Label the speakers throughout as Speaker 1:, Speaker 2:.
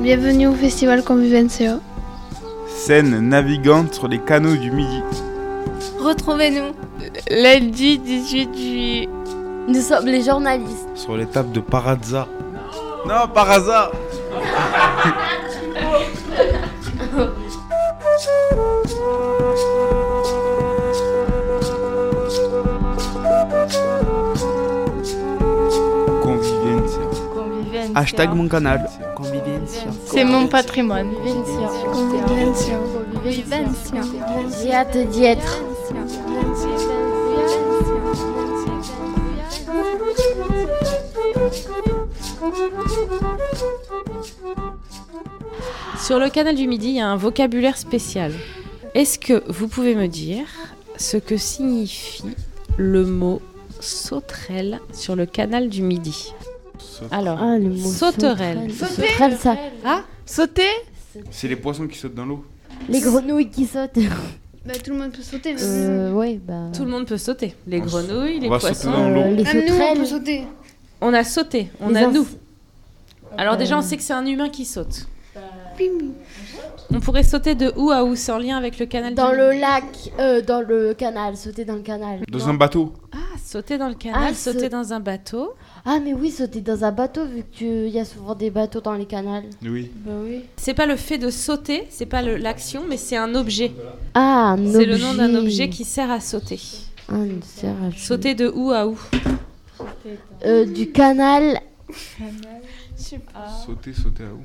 Speaker 1: Bienvenue au Festival Convivencia.
Speaker 2: Scène navigante sur les canaux du Midi.
Speaker 3: Retrouvez-nous.
Speaker 4: Lundi 18 juillet.
Speaker 3: Nous sommes les journalistes.
Speaker 2: Sur l'étape de Parazza. Non, Parazza Convivencia.
Speaker 5: Hashtag mon canal.
Speaker 4: C'est mon patrimoine.
Speaker 3: Convivencia.
Speaker 1: Convivencia.
Speaker 3: Convivencia. J'ai hâte d'y être.
Speaker 6: Sur le canal du Midi, il y a un vocabulaire spécial. Est-ce que vous pouvez me dire ce que signifie le mot sauterelle sur le canal du Midi Alors,
Speaker 3: Ah, le mot
Speaker 6: Sauterelle.
Speaker 3: Sauterelle, Sauterelle, ça.
Speaker 4: Sauter
Speaker 2: C'est les poissons qui sautent dans l'eau.
Speaker 3: Les grenouilles qui sautent.
Speaker 1: Bah, tout le monde peut sauter. mais-
Speaker 3: Euh, ouais, bah.
Speaker 6: tout le monde peut sauter. Les
Speaker 2: On
Speaker 6: grenouilles,
Speaker 2: s-
Speaker 6: les
Speaker 2: on va
Speaker 6: poissons.
Speaker 2: sauter dans l'eau.
Speaker 3: euh, les
Speaker 1: Même nous, on peut
Speaker 3: sauterelles.
Speaker 1: sauter.
Speaker 6: On a sauté, on
Speaker 3: Les
Speaker 6: a
Speaker 3: ins-
Speaker 6: nous. Alors déjà, on
Speaker 3: Euh.
Speaker 6: sait que c'est un humain qui saute. On pourrait sauter de où à où sans lien avec le canal
Speaker 3: Dans
Speaker 6: du
Speaker 3: le
Speaker 6: Midi.
Speaker 3: lac, euh, dans le canal, sauter dans le canal.
Speaker 2: Dans un bateau.
Speaker 6: Ah, sauter dans le canal,
Speaker 3: Ah, saut-
Speaker 6: sauter dans un bateau.
Speaker 3: Ah, mais oui, sauter dans un bateau, vu qu'il y a souvent des bateaux dans les canals.
Speaker 2: Oui.
Speaker 3: Bah oui.
Speaker 6: C'est pas le fait de sauter, c'est pas le- l'action, mais c'est un objet.
Speaker 3: Ah, un objet.
Speaker 6: C'est le nom d'un objet qui sert à sauter.
Speaker 3: Ah, une serre à cheveux.
Speaker 6: Sauter de où à où
Speaker 3: Euh, du canal,
Speaker 2: Sauter, sauter à où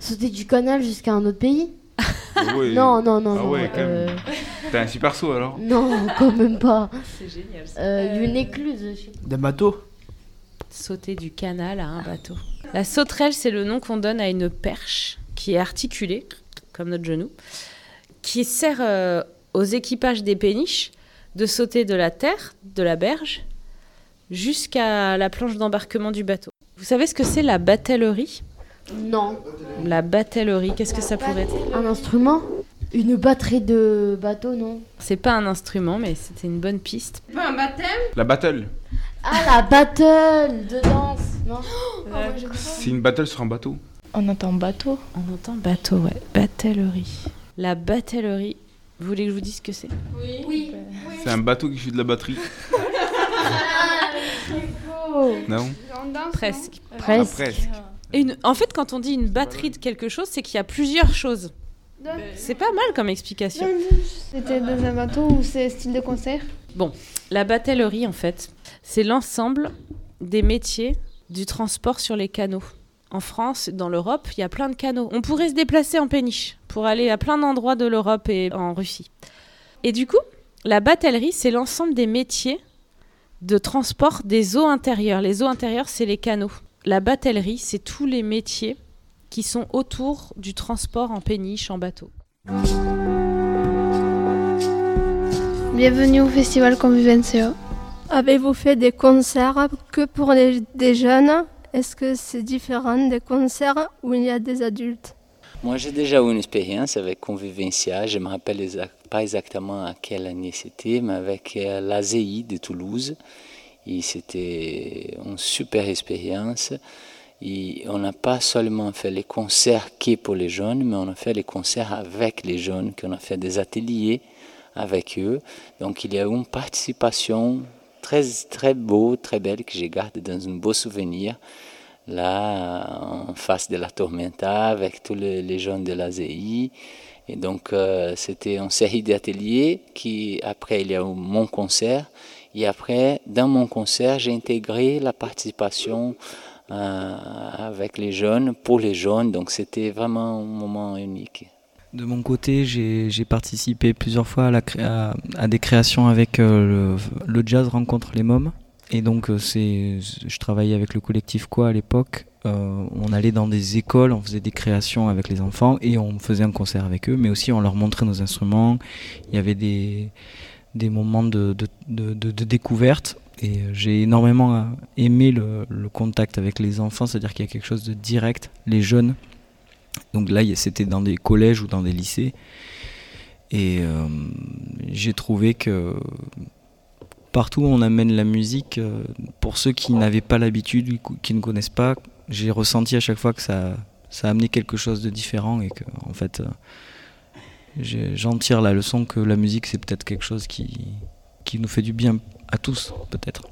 Speaker 3: sauter du canal jusqu'à un autre pays
Speaker 2: Ah ouais.
Speaker 3: Non, non, non.
Speaker 2: Ah
Speaker 3: non,
Speaker 2: ouais, quand
Speaker 3: euh,
Speaker 2: même. T'as un super saut alors
Speaker 3: Non, quand même pas.
Speaker 6: C'est génial.
Speaker 3: Euh, Une écluse, je sais pas.
Speaker 5: D'un bateau
Speaker 6: Sauter du canal à un bateau. La sauterelle, c'est le nom qu'on donne à une perche qui est articulée, comme notre genou, qui sert euh, aux équipages des péniches de sauter de la terre, de la berge, jusqu'à la planche d'embarquement du bateau. Vous savez ce que c'est la batellerie
Speaker 3: Non.
Speaker 6: La batellerie, qu'est-ce que ça pourrait être
Speaker 3: Un instrument Une batterie de bateau, non
Speaker 6: C'est pas un instrument, mais c'était une bonne piste.
Speaker 2: La battle.
Speaker 3: Ah, la battle de danse Non
Speaker 2: C'est une battle sur un bateau.
Speaker 4: On entend bateau.
Speaker 6: On entend bateau, ouais. Batellerie. La batellerie. Vous voulez que je vous dise ce que c'est
Speaker 2: C'est un bateau qui fait de la batterie. Non
Speaker 1: On danse, non
Speaker 6: Presque.
Speaker 2: Ah,
Speaker 3: Presque.
Speaker 2: presque.
Speaker 6: Et une- En fait, quand on dit une batterie de quelque chose, c'est qu'il y a plusieurs choses.
Speaker 1: Danse.
Speaker 6: C'est pas mal comme explication.
Speaker 1: C'était dans un bateau ou c'est style de concert
Speaker 6: La batellerie, en fait, c'est l'ensemble des métiers du transport sur les canaux. En France, dans l'Europe, il y a plein de canaux. On pourrait se déplacer en péniche pour aller à plein d'endroits de l'Europe et en Russie. Et du coup, la batellerie, c'est l'ensemble des métiers de transport des eaux intérieures. Les eaux intérieures, c'est les canaux. La batellerie, c'est tous les métiers qui sont autour du transport en péniche, en bateau.
Speaker 1: Bienvenue au Festival Convivencia.
Speaker 7: Avez-vous fait des concerts que pour les, des jeunes Est-ce que c'est différent des concerts où il y a des adultes
Speaker 8: Moi, j'ai déjà eu une expérience avec Convivencia. Je me rappelle exa- pas exactement à quelle année c'était, mais avec euh, l'AZI de Toulouse. Et c'était une super expérience. Et on n'a pas seulement fait les concerts qui est pour les jeunes, mais on a fait les concerts avec les jeunes, qu'on a fait des ateliers avec eux. Donc il y a eu une participation très très beau, très belle que je garde dans un beau souvenir là en face de la Tormenta avec tous les, les jeunes de l'AZI. Et donc euh, c'était une série d'ateliers qui après il y a eu mon concert et après dans mon concert j'ai intégré la participation euh, avec les jeunes pour les jeunes donc c'était vraiment un moment unique.
Speaker 9: De mon côté, j'ai j'ai participé plusieurs fois à, la cré- à- à des créations avec euh, le, le jazz rencontre les mômes. Et donc, euh, c'est, je travaillais avec le collectif Quoi à l'époque. Euh, on allait dans des écoles, on faisait des créations avec les enfants et on faisait un concert avec eux, mais aussi on leur montrait nos instruments. Il y avait des, des moments de, de- de- de- de découverte. Et euh, j'ai énormément euh, aimé le, le contact avec les enfants, c'est-à-dire qu'il y a quelque chose de direct. Les jeunes donc là, il y a- c'était dans des collèges ou dans des lycées. Et euh, j'ai trouvé que partout où on amène la musique, euh, pour ceux qui n'avaient pas l'habitude, ou qui ne connaissent pas, j'ai ressenti à chaque fois que ça, ça a amené quelque chose de différent et que en fait euh, j'ai- j'en tire la leçon que la musique c'est peut-être quelque chose qui, qui nous fait du bien à tous peut-être.